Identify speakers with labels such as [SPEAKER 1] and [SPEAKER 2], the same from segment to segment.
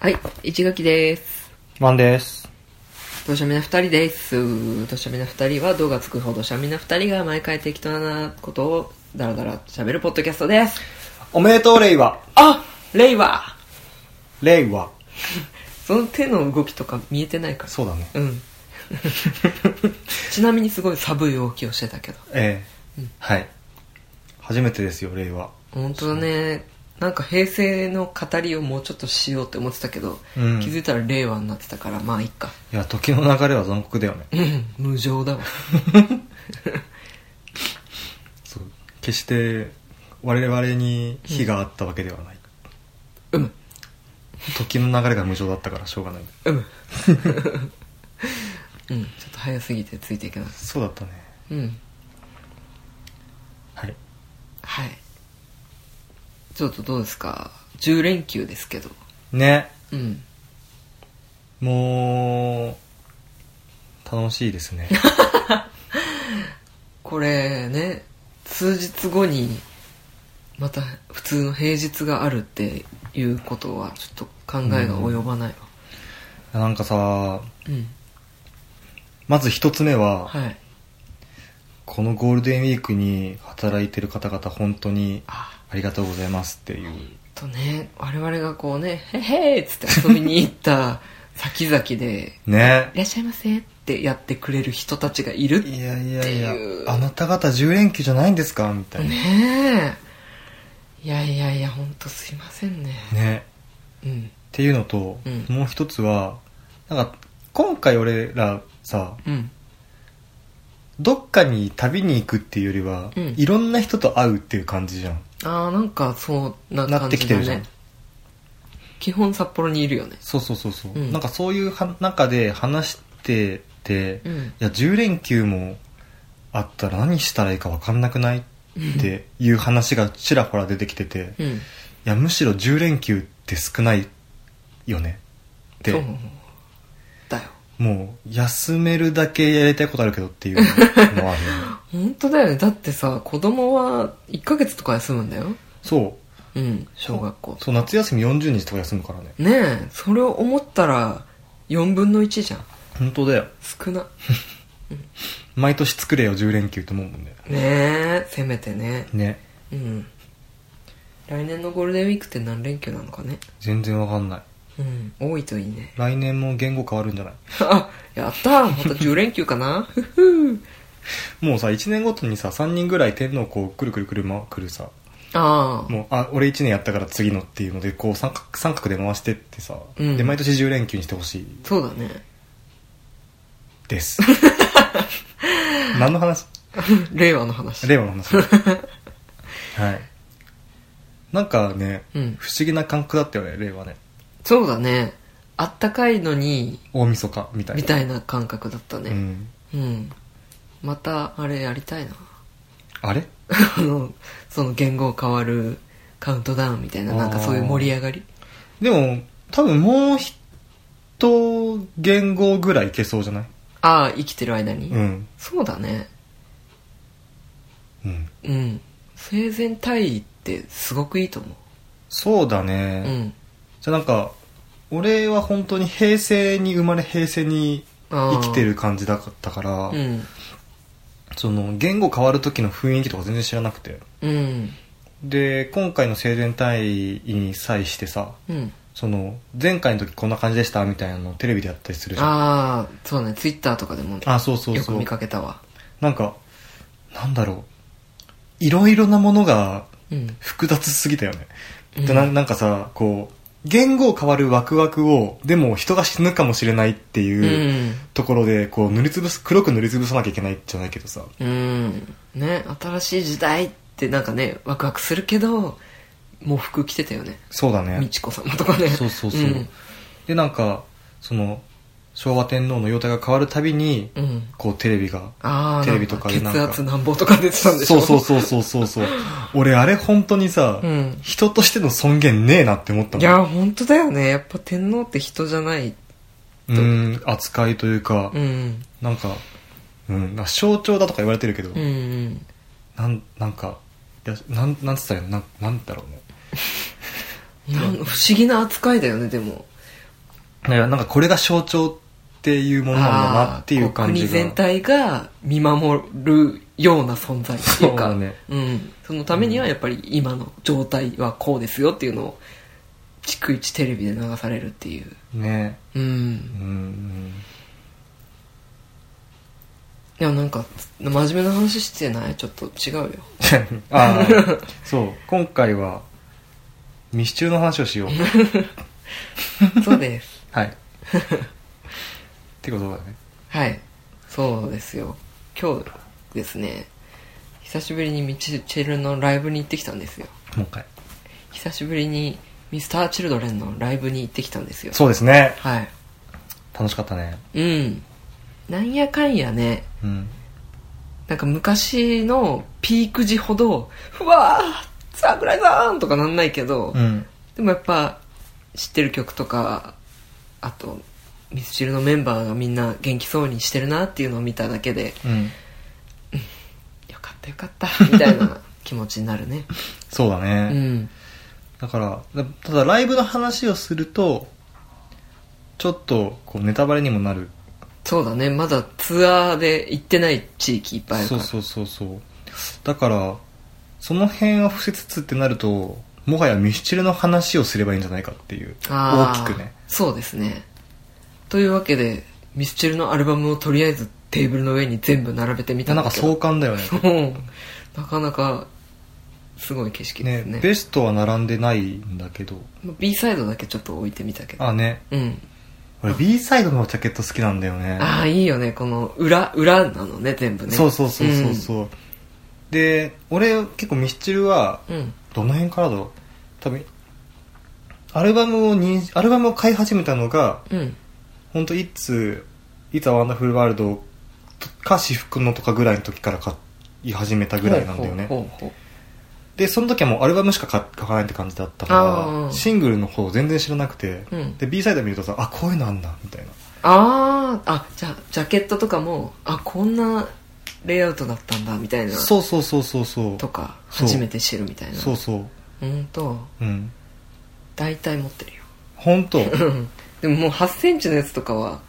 [SPEAKER 1] はい、一垣です。
[SPEAKER 2] マンです。
[SPEAKER 1] どしゃみな二人です。どしゃみな二人は動画つくほどしゃみな二人が毎回適当なことをダラダラ喋るポッドキャストです。
[SPEAKER 2] おめでとう、令和。
[SPEAKER 1] あレイは
[SPEAKER 2] 令和。
[SPEAKER 1] その手の動きとか見えてないから。
[SPEAKER 2] そうだね。
[SPEAKER 1] うん。ちなみにすごい寒い動きをしてたけど。
[SPEAKER 2] ええはい。初めてですよ、令和。
[SPEAKER 1] 本当だね。なんか平成の語りをもうちょっとしようって思ってたけど、
[SPEAKER 2] うん
[SPEAKER 1] 気づいたら令和になってたから、まあいいか。
[SPEAKER 2] いや、時の流れは残酷だよね。
[SPEAKER 1] うん、無情だわ。
[SPEAKER 2] そう。決して、我々に火があったわけではない。
[SPEAKER 1] うむ、
[SPEAKER 2] 時の流れが無情だったからしょうがない。
[SPEAKER 1] うむ。うん、ちょっと早すぎてついていけなかっ
[SPEAKER 2] そうだったね。
[SPEAKER 1] た。うん。
[SPEAKER 2] はい。
[SPEAKER 1] はい。ちょっとどうですか ?10 連休ですけど。
[SPEAKER 2] ね。
[SPEAKER 1] うん。
[SPEAKER 2] もう、楽しいです ね。
[SPEAKER 1] これね、数日後に、また普通の平日があるっていうことは、ちょっと考えが及ばないわ。
[SPEAKER 2] なんかさ、
[SPEAKER 1] うん。
[SPEAKER 2] まず一つ目は、
[SPEAKER 1] はい。
[SPEAKER 2] このゴールデンウィークに働いてる方々本当に
[SPEAKER 1] あ、
[SPEAKER 2] ありがとうございますっていう。
[SPEAKER 1] とね、我々がこうね、へへーっつって遊びに行った先々で、
[SPEAKER 2] ね
[SPEAKER 1] いらっしゃいませってやってくれる人たちがいる
[SPEAKER 2] いやいや
[SPEAKER 1] って
[SPEAKER 2] いや
[SPEAKER 1] いう
[SPEAKER 2] あなた方10連休じゃないんですかみたいなね
[SPEAKER 1] ねえいやいやいやほんとすいませんねうん
[SPEAKER 2] っていうのと、
[SPEAKER 1] うん
[SPEAKER 2] もう一つはなんか今回俺らさ
[SPEAKER 1] うん
[SPEAKER 2] どっかに旅に行くっていうよりは、
[SPEAKER 1] うん
[SPEAKER 2] いろんな人と会うっていう感じじゃん
[SPEAKER 1] ああなんかそうな
[SPEAKER 2] な
[SPEAKER 1] 感
[SPEAKER 2] って
[SPEAKER 1] じ
[SPEAKER 2] きて
[SPEAKER 1] だ
[SPEAKER 2] るじゃん、
[SPEAKER 1] ね基本札幌にいるよね
[SPEAKER 2] そうそうそうそう、
[SPEAKER 1] うん
[SPEAKER 2] なんかそういうは中で話してて、
[SPEAKER 1] う
[SPEAKER 2] い
[SPEAKER 1] ん
[SPEAKER 2] や10連休もあったら何したらいいか分かんなくないっていう話がちらほら出てきてて、い
[SPEAKER 1] うん
[SPEAKER 2] やむしろ10連休って少ないよねって
[SPEAKER 1] そうだよ
[SPEAKER 2] もう、休めるだけやりたいことあるけどっていう のはあるよね
[SPEAKER 1] 本当だよねだってさ子供は1ヶ月とか休むんだよ
[SPEAKER 2] そう。
[SPEAKER 1] うん小学校
[SPEAKER 2] そう、夏休み40日とか休むからね。
[SPEAKER 1] ねえそれを思ったら4分の1じゃん
[SPEAKER 2] 本当だよ。
[SPEAKER 1] 少な
[SPEAKER 2] 毎年作れよ、10連休って思うもんね。
[SPEAKER 1] ねえせめてね
[SPEAKER 2] ね。
[SPEAKER 1] うん来年のゴールデンウィークって何連休なのかね
[SPEAKER 2] 全然わかんない。
[SPEAKER 1] うん多いといいね
[SPEAKER 2] 来年も言語変わるんじゃない
[SPEAKER 1] あやったーまた10連休かな ふふ
[SPEAKER 2] もうさ、1年ごとにさ、3人ぐらい天皇こう、くるくるくるま、くるさ。
[SPEAKER 1] ああ
[SPEAKER 2] もう、あ、俺1年やったから次のっていうので、こう、三角、三角で回してってさ。
[SPEAKER 1] うん
[SPEAKER 2] で、毎年10連休にしてほしい
[SPEAKER 1] そうだね
[SPEAKER 2] です。 何の話
[SPEAKER 1] 令和の話
[SPEAKER 2] 令和 の話はいなんかね、
[SPEAKER 1] うん
[SPEAKER 2] 不思議な感覚だったよね令和ね
[SPEAKER 1] そうだねあったかいのに
[SPEAKER 2] 大晦日みたいな
[SPEAKER 1] みたいな感覚だった
[SPEAKER 2] う
[SPEAKER 1] ね
[SPEAKER 2] ん、
[SPEAKER 1] うん、またあれやりたいな
[SPEAKER 2] あれ
[SPEAKER 1] あのその言語変わるカウントダウンみたいななんかそういう盛り上がり
[SPEAKER 2] でも多分もう一言語ぐらいいけそうじゃない
[SPEAKER 1] ああ生きてる間に、
[SPEAKER 2] うん
[SPEAKER 1] そうだね
[SPEAKER 2] うん
[SPEAKER 1] うん生前退位ってすごくいいと思
[SPEAKER 2] そうだ
[SPEAKER 1] う
[SPEAKER 2] ね、
[SPEAKER 1] うん
[SPEAKER 2] じゃあなんか俺は本当に平成に生まれ平成に生きてる感じだったから、
[SPEAKER 1] うん
[SPEAKER 2] その言語変わる時の雰囲気とか全然知らなくて
[SPEAKER 1] うん
[SPEAKER 2] で今回の生前退位に際してさ
[SPEAKER 1] うん
[SPEAKER 2] その前回の時こんな感じでしたみたいなのをテレビでやったりするじゃんあ
[SPEAKER 1] ああそうねツイッターとかでも
[SPEAKER 2] そうそう
[SPEAKER 1] よく
[SPEAKER 2] そう
[SPEAKER 1] 見かけたわ
[SPEAKER 2] なんかなんだろういろいろなものが
[SPEAKER 1] うん
[SPEAKER 2] 複雑すぎたよね、
[SPEAKER 1] うん
[SPEAKER 2] でななんかさこう言語を変わるワクワクをでも人が死ぬかもしれないって
[SPEAKER 1] う
[SPEAKER 2] いう、
[SPEAKER 1] ん
[SPEAKER 2] ところでこう塗りつぶす黒く塗りつぶさなきゃいけないじゃないけどさ
[SPEAKER 1] うんね新しい時代ってなんかねワクワクするけどもう服着てたよね
[SPEAKER 2] そうだ
[SPEAKER 1] 美
[SPEAKER 2] ね
[SPEAKER 1] 智子様とかね
[SPEAKER 2] そうそうそう、
[SPEAKER 1] うん
[SPEAKER 2] でなんかその昭和天皇の容態が変わるたびに、
[SPEAKER 1] うん
[SPEAKER 2] こうテレビが
[SPEAKER 1] ああ
[SPEAKER 2] テレビとかでなん
[SPEAKER 1] 血
[SPEAKER 2] か
[SPEAKER 1] 圧なんぼとか出てたんでし
[SPEAKER 2] そ
[SPEAKER 1] ょ
[SPEAKER 2] うそうそうそうそうそう。俺、あれ本当にさ、
[SPEAKER 1] うん
[SPEAKER 2] 人としての尊厳ねえなって思った
[SPEAKER 1] い
[SPEAKER 2] の。
[SPEAKER 1] や本当だよねやっぱ天皇って人じゃない
[SPEAKER 2] うん、扱いというか、
[SPEAKER 1] うん
[SPEAKER 2] なんか、うん、なんか象徴だとか言われてるけど、
[SPEAKER 1] うんうん
[SPEAKER 2] なん、なんか、いや、なん、なんつったらいいのなん、なんだろうね。
[SPEAKER 1] なん不思議な扱いだよねでも
[SPEAKER 2] だからなんかこれが象徴っていうものなんだなっていう感じ
[SPEAKER 1] あー国
[SPEAKER 2] が
[SPEAKER 1] 全体が見守るような存在っていうか
[SPEAKER 2] そうだね
[SPEAKER 1] ん、そのためにはやっぱり今の状態はこうですよっていうのを逐一テレビで流されるっていう
[SPEAKER 2] ね
[SPEAKER 1] う
[SPEAKER 2] うんんうん
[SPEAKER 1] いやなんか真面目な話してないちょっと違うよ
[SPEAKER 2] あーそう今回は密集の話 をしよう
[SPEAKER 1] そうです
[SPEAKER 2] はいってことだね
[SPEAKER 1] はいそうですよ今日ですね久しぶりにミチチルのライブに行ってきたんですよ
[SPEAKER 2] もう一回
[SPEAKER 1] 久しぶりにミスターチルドレンのライブに行ってきたんですよ
[SPEAKER 2] そうですね
[SPEAKER 1] はい
[SPEAKER 2] 楽しかったね
[SPEAKER 1] うん。なんやかんやね、
[SPEAKER 2] うん
[SPEAKER 1] なんか昔のピーク時ほど、うわー桜井さんとかなんないけど、
[SPEAKER 2] うん
[SPEAKER 1] でもやっぱ知ってる曲とか、あと、ミスチルのメンバーがみんな元気そうにしてるなっていうのを見ただけで、
[SPEAKER 2] うん
[SPEAKER 1] よかったよかった、みたいな気持ちになる ね。
[SPEAKER 2] そうだね
[SPEAKER 1] う、ん。
[SPEAKER 2] だからだただライブの話をするとちょっとこうネタバレにもなる
[SPEAKER 1] そうだね、まだツアーで行ってない地域いっぱいあるか
[SPEAKER 2] そう
[SPEAKER 1] ら。
[SPEAKER 2] そうそうそうだからその辺を伏せつつってなるともはやミスチルの話をすればいいんじゃないかっていう大
[SPEAKER 1] あー
[SPEAKER 2] きくね
[SPEAKER 1] そうですねというわけでミスチルのアルバムをとりあえずテーブルの上に全部並べてみた
[SPEAKER 2] なんか
[SPEAKER 1] だけど
[SPEAKER 2] 壮観だよね
[SPEAKER 1] うんなかなかすごい景色ですね
[SPEAKER 2] ねベストは並んでないんだけど
[SPEAKER 1] まあ B サイドだけちょっと置いてみたけど
[SPEAKER 2] あね
[SPEAKER 1] うん
[SPEAKER 2] 俺 B サイドのジャケット好きなんだよね
[SPEAKER 1] ああいいよねこの裏裏なのね全部ね
[SPEAKER 2] そうそうそうそうそう、で俺結構ミスチルは
[SPEAKER 1] うん、うん
[SPEAKER 2] どの辺からだろう多分アルバムをにアルバムを買い始めたのが
[SPEAKER 1] うん
[SPEAKER 2] 本当いつ「いつワンダフルワールド」か「私服の」とかぐらいの時から買い始めたぐらいなんだよね
[SPEAKER 1] ほうほうほうほうで
[SPEAKER 2] でその時はもうアルバムしか買買わないって感じだったか
[SPEAKER 1] あー
[SPEAKER 2] らシングルの方全然知らなくて、
[SPEAKER 1] うん
[SPEAKER 2] で B サイド見るとさあこういうのあんだみたいな
[SPEAKER 1] あーあじゃあジャケットとかもあこんなレイアウトだったんだみたいな
[SPEAKER 2] そうそうそうそうそう
[SPEAKER 1] とか
[SPEAKER 2] そう
[SPEAKER 1] 初めて知るみたいな
[SPEAKER 2] そうそう
[SPEAKER 1] うんと
[SPEAKER 2] うん
[SPEAKER 1] 大体持ってるよ
[SPEAKER 2] 本 当
[SPEAKER 1] うん でももう8センチのやつとかは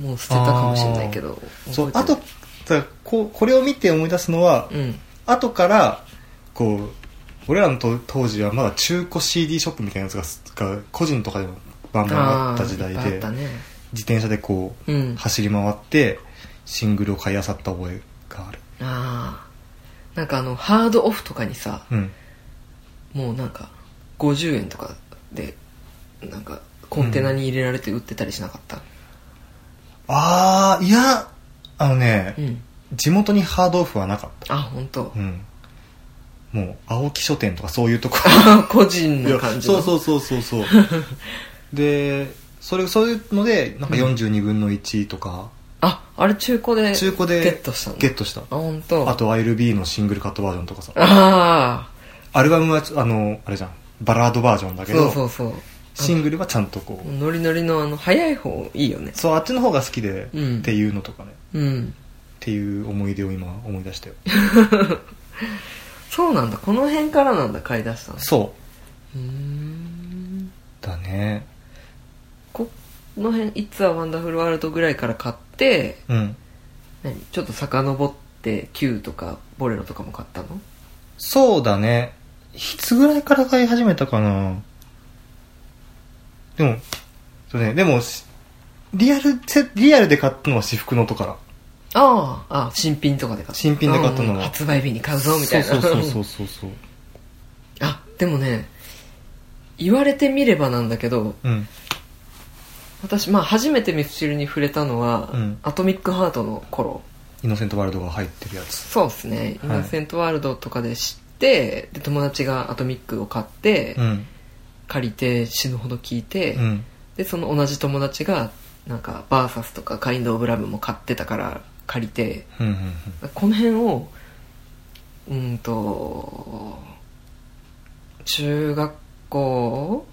[SPEAKER 1] もう捨てたかもしれないけど
[SPEAKER 2] そうあ
[SPEAKER 1] 覚
[SPEAKER 2] と
[SPEAKER 1] えて
[SPEAKER 2] だこうこれを見て思い出すのは、
[SPEAKER 1] ないうん
[SPEAKER 2] 後からこう俺らのと当時はまだ中古 CD ショップみたいなやつがすが個人とかでもバンバンあった時代
[SPEAKER 1] あーい
[SPEAKER 2] で
[SPEAKER 1] っぱいあったね
[SPEAKER 2] 自転車でこう、
[SPEAKER 1] うん
[SPEAKER 2] 走り回ってシングルを買い漁った覚えがある
[SPEAKER 1] ああなんかあのハードオフとかにさ
[SPEAKER 2] うん
[SPEAKER 1] もうなんか50円とかでなんかコンテナに入れられて売ってたりしなかった
[SPEAKER 2] ああいやあのね、
[SPEAKER 1] うん、
[SPEAKER 2] 地元にハードオフはなかっ
[SPEAKER 1] あ本当
[SPEAKER 2] たうんもう青木書店とかそういうとこ
[SPEAKER 1] あー 個人
[SPEAKER 2] いや
[SPEAKER 1] な感じ
[SPEAKER 2] そう
[SPEAKER 1] の
[SPEAKER 2] そうそうそうそう でそれそういうのでなんか42分の1とか、
[SPEAKER 1] ああれ中古で
[SPEAKER 2] 中古で
[SPEAKER 1] ゲットしたの
[SPEAKER 2] ゲットした
[SPEAKER 1] あ本当
[SPEAKER 2] あと ILB のシングルカットバージョンとかさ
[SPEAKER 1] あ
[SPEAKER 2] アルバムはあのあれじゃんバラードバージョンだ
[SPEAKER 1] あ
[SPEAKER 2] け
[SPEAKER 1] そう
[SPEAKER 2] ど
[SPEAKER 1] そうそう
[SPEAKER 2] シングルはちゃんとこう、
[SPEAKER 1] ノリノリのあの早い方いいよね
[SPEAKER 2] そうあっちの方が好きで、
[SPEAKER 1] うん
[SPEAKER 2] っていうのとかね
[SPEAKER 1] うん
[SPEAKER 2] っていう思い出を今思い出したよ
[SPEAKER 1] そうなんだこの辺からなんだ買い出したの
[SPEAKER 2] そう
[SPEAKER 1] ーん
[SPEAKER 2] うだね
[SPEAKER 1] この辺「いつはワンダフルワールド」ぐらいから買って
[SPEAKER 2] うん
[SPEAKER 1] 何ちょっと遡って「Q」とか「ボレロ」とかも買ったの
[SPEAKER 2] そうだねいつぐらいから買い始めたかなでもそうねでもしリアルせリアルで買ったのは私服の音から
[SPEAKER 1] あああ新品とかで買った
[SPEAKER 2] 新品で買ったのは
[SPEAKER 1] うん発売日に買うぞみたいな
[SPEAKER 2] そうそうそううんそうそう
[SPEAKER 1] あでもね言われてみればなんだけど
[SPEAKER 2] うん
[SPEAKER 1] 私、まあ、初めてミスチルに触れたのは、
[SPEAKER 2] うん
[SPEAKER 1] アトミックハートの頃
[SPEAKER 2] イノセントワールドが入ってるやつ
[SPEAKER 1] そうですね「イ
[SPEAKER 2] はい
[SPEAKER 1] ノセントワールド」とかで知って、で友達がアトミックを買って、
[SPEAKER 2] うん
[SPEAKER 1] 借りて死ぬほど聞いて、
[SPEAKER 2] うん
[SPEAKER 1] でその同じ友達がなんかバーサスとかカインド・オブ・ラブも買ってたから借りて
[SPEAKER 2] うんうんうん
[SPEAKER 1] この辺をうんと中学校、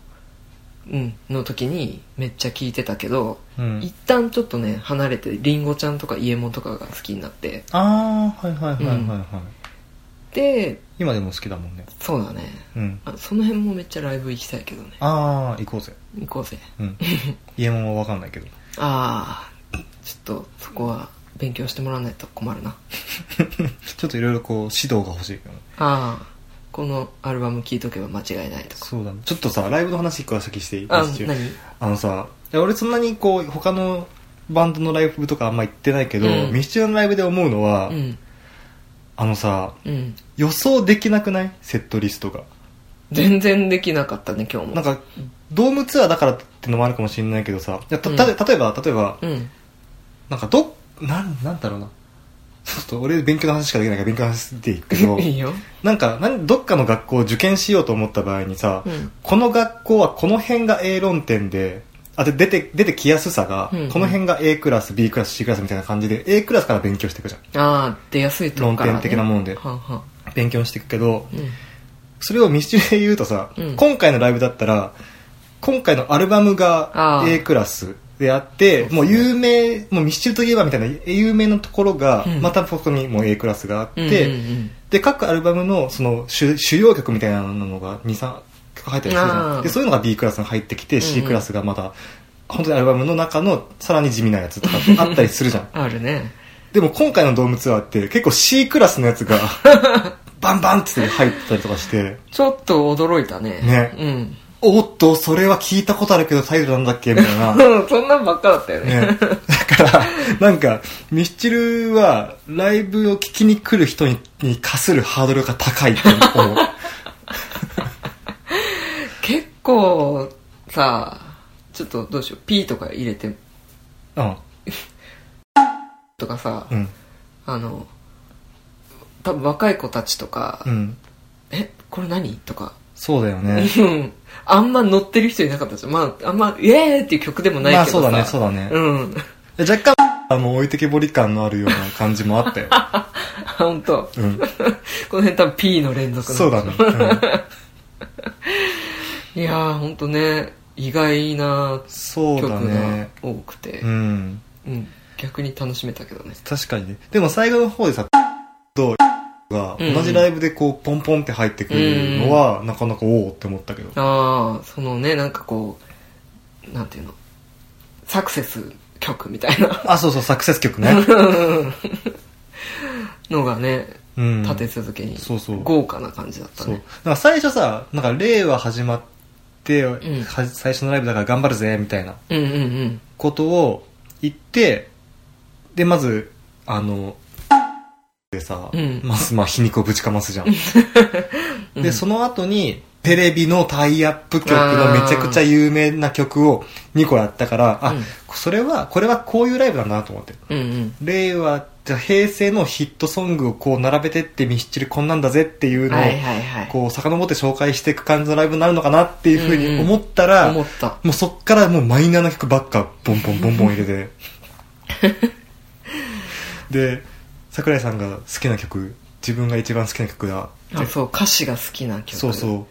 [SPEAKER 1] うん、の時にめっちゃ聞いてたけど、
[SPEAKER 2] うん
[SPEAKER 1] 一旦ちょっとね離れてりんごちゃんとかイエモンとかが好きになって
[SPEAKER 2] ああはいはいはいはいはい、
[SPEAKER 1] で
[SPEAKER 2] 今でも好きだもんね
[SPEAKER 1] そうだね
[SPEAKER 2] うん
[SPEAKER 1] あその辺もめっちゃライブ行きたいけどね
[SPEAKER 2] ああ行こうぜ
[SPEAKER 1] 行こうぜ
[SPEAKER 2] うん 家もわかんないけど
[SPEAKER 1] ああちょっとそこは勉強してもらわないと困るな
[SPEAKER 2] ちょっといろいろこう指導が欲しいけどね
[SPEAKER 1] ああこのアルバム聴いとけば間違いないとか
[SPEAKER 2] そうだねちょっとさライブの話一個先していい
[SPEAKER 1] あ
[SPEAKER 2] 一応
[SPEAKER 1] 何
[SPEAKER 2] あのさいや俺そんなにこう他のバンドのライブとかあんま行ってないけど、
[SPEAKER 1] うん
[SPEAKER 2] ミスチルのライブで思うのは、
[SPEAKER 1] うん
[SPEAKER 2] あのさ
[SPEAKER 1] うん
[SPEAKER 2] 予想できなくないセットリストが
[SPEAKER 1] 全然できなかったね今日も
[SPEAKER 2] なんかドームツアーだからってのもあるかもしれないけどさいやたた例えば例えば
[SPEAKER 1] うん
[SPEAKER 2] なんかどなんなんだろうなちょっと俺勉強の話しかできないから勉強の話でいくけ ど
[SPEAKER 1] いいよ
[SPEAKER 2] なんかなんどっかの学校を受験しようと思った場合にさ、
[SPEAKER 1] うん
[SPEAKER 2] この学校はこの辺が A 論点で、あで出て、出てきやすさが、
[SPEAKER 1] うんうん
[SPEAKER 2] この辺が A クラス、B クラス、C クラスみたいな感じで、A クラスから勉強していくじゃん。
[SPEAKER 1] ああ出やすいとこから、ね、
[SPEAKER 2] 論点的なもんで
[SPEAKER 1] はんはん
[SPEAKER 2] 勉強していくけど、
[SPEAKER 1] うん
[SPEAKER 2] それをミスチルで言うとさ、
[SPEAKER 1] うん
[SPEAKER 2] 今回のライブだったら、今回のアルバムが
[SPEAKER 1] あー
[SPEAKER 2] A クラスであって、
[SPEAKER 1] そうそう
[SPEAKER 2] もう有名、もうミスチルといえばみたいな有名なところが、
[SPEAKER 1] うん
[SPEAKER 2] またそこにもう A クラスがあって、
[SPEAKER 1] うんうん
[SPEAKER 2] で、各アルバムのその主主要曲みたいなのが2、3曲入ったりするじゃ
[SPEAKER 1] あ
[SPEAKER 2] ん。
[SPEAKER 1] ー
[SPEAKER 2] で、そういうのが B クラスに入ってきて、
[SPEAKER 1] うん
[SPEAKER 2] C
[SPEAKER 1] うん。
[SPEAKER 2] クラスがまた、本当にアルバムの中のさらに地味なやつとかってあったりするじゃん
[SPEAKER 1] あるね
[SPEAKER 2] でも今回のドームツアーって結構 C クラスのや つが、バンバンって入ったりとかして、
[SPEAKER 1] ちょっと驚いたね
[SPEAKER 2] ね
[SPEAKER 1] うん
[SPEAKER 2] おっと、それは聞いたことあるけどタイトルなんだっけみた いな。
[SPEAKER 1] うんそんなんばっかだったよね
[SPEAKER 2] ね、だから、なんか、ミスチルは、ライブを聞きに来る人にに課するハードルが高いって思う。
[SPEAKER 1] 結構さちょっとどうしよう P とか入れて
[SPEAKER 2] うん。
[SPEAKER 1] とかさ、
[SPEAKER 2] うん。
[SPEAKER 1] あの多分若い子たちとか「
[SPEAKER 2] うん。
[SPEAKER 1] えこれ何?」とか、
[SPEAKER 2] そうだよね。
[SPEAKER 1] うんあんま乗ってる人いなかったじゃんまああんま「イエーイ!」っていう曲でもない
[SPEAKER 2] まあ
[SPEAKER 1] けど
[SPEAKER 2] そう
[SPEAKER 1] さ、
[SPEAKER 2] だね、そうだね。
[SPEAKER 1] うん
[SPEAKER 2] 若干、あの、置いてけぼり感のあるような感じもあったよ。
[SPEAKER 1] あ本当
[SPEAKER 2] うん。
[SPEAKER 1] この辺多分 P の連続なん
[SPEAKER 2] そうだね。 うん
[SPEAKER 1] いやー本当ね意外な
[SPEAKER 2] そう
[SPEAKER 1] 曲
[SPEAKER 2] だ
[SPEAKER 1] が
[SPEAKER 2] ね。
[SPEAKER 1] 多くて
[SPEAKER 2] う、ん。
[SPEAKER 1] うん逆に楽しめたけどね
[SPEAKER 2] 確かにね。でも最後の方でさ、と、が
[SPEAKER 1] うん
[SPEAKER 2] 同じライブでこう、ポンポンって入ってくるのは、なかなかおおって思ったけど。
[SPEAKER 1] ああそのねなんかこうなんていうのサクセス曲みたいな
[SPEAKER 2] あ、そうそう、サクセス 曲ね。
[SPEAKER 1] のがね
[SPEAKER 2] うん。
[SPEAKER 1] 立て続けに
[SPEAKER 2] そうそう
[SPEAKER 1] 豪華な感じだった
[SPEAKER 2] そう。なん
[SPEAKER 1] ね
[SPEAKER 2] か最初さ、なんか、令和始まって、
[SPEAKER 1] ん
[SPEAKER 2] は最初のライブだから頑張るぜ、みたいな
[SPEAKER 1] うんうんうん
[SPEAKER 2] ことを言って、で、まず、あの、でさ、
[SPEAKER 1] うん
[SPEAKER 2] まず、まあ、皮肉をぶちかますじゃん。
[SPEAKER 1] うん
[SPEAKER 2] で、その後に、テレビのタイアップ曲のめちゃくちゃ有名な曲を2個やったから、あ、
[SPEAKER 1] うん
[SPEAKER 2] それは、これはこういうライブなんだなと思って。
[SPEAKER 1] うんうん
[SPEAKER 2] 令和、じゃあ平成のヒットソングをこう並べてってミスチルこんなんだぜっていうのを、
[SPEAKER 1] はいはいはい
[SPEAKER 2] こう遡って紹介していく感じのライブになるのかなっていうふうに思ったら、
[SPEAKER 1] 思った
[SPEAKER 2] もうそっからもうマイナーな曲ばっかボンボンボンボン入れ てで桜井さんが好きな曲自分が一番好きな曲だ
[SPEAKER 1] あそう歌詞が好きな曲
[SPEAKER 2] そうそうっ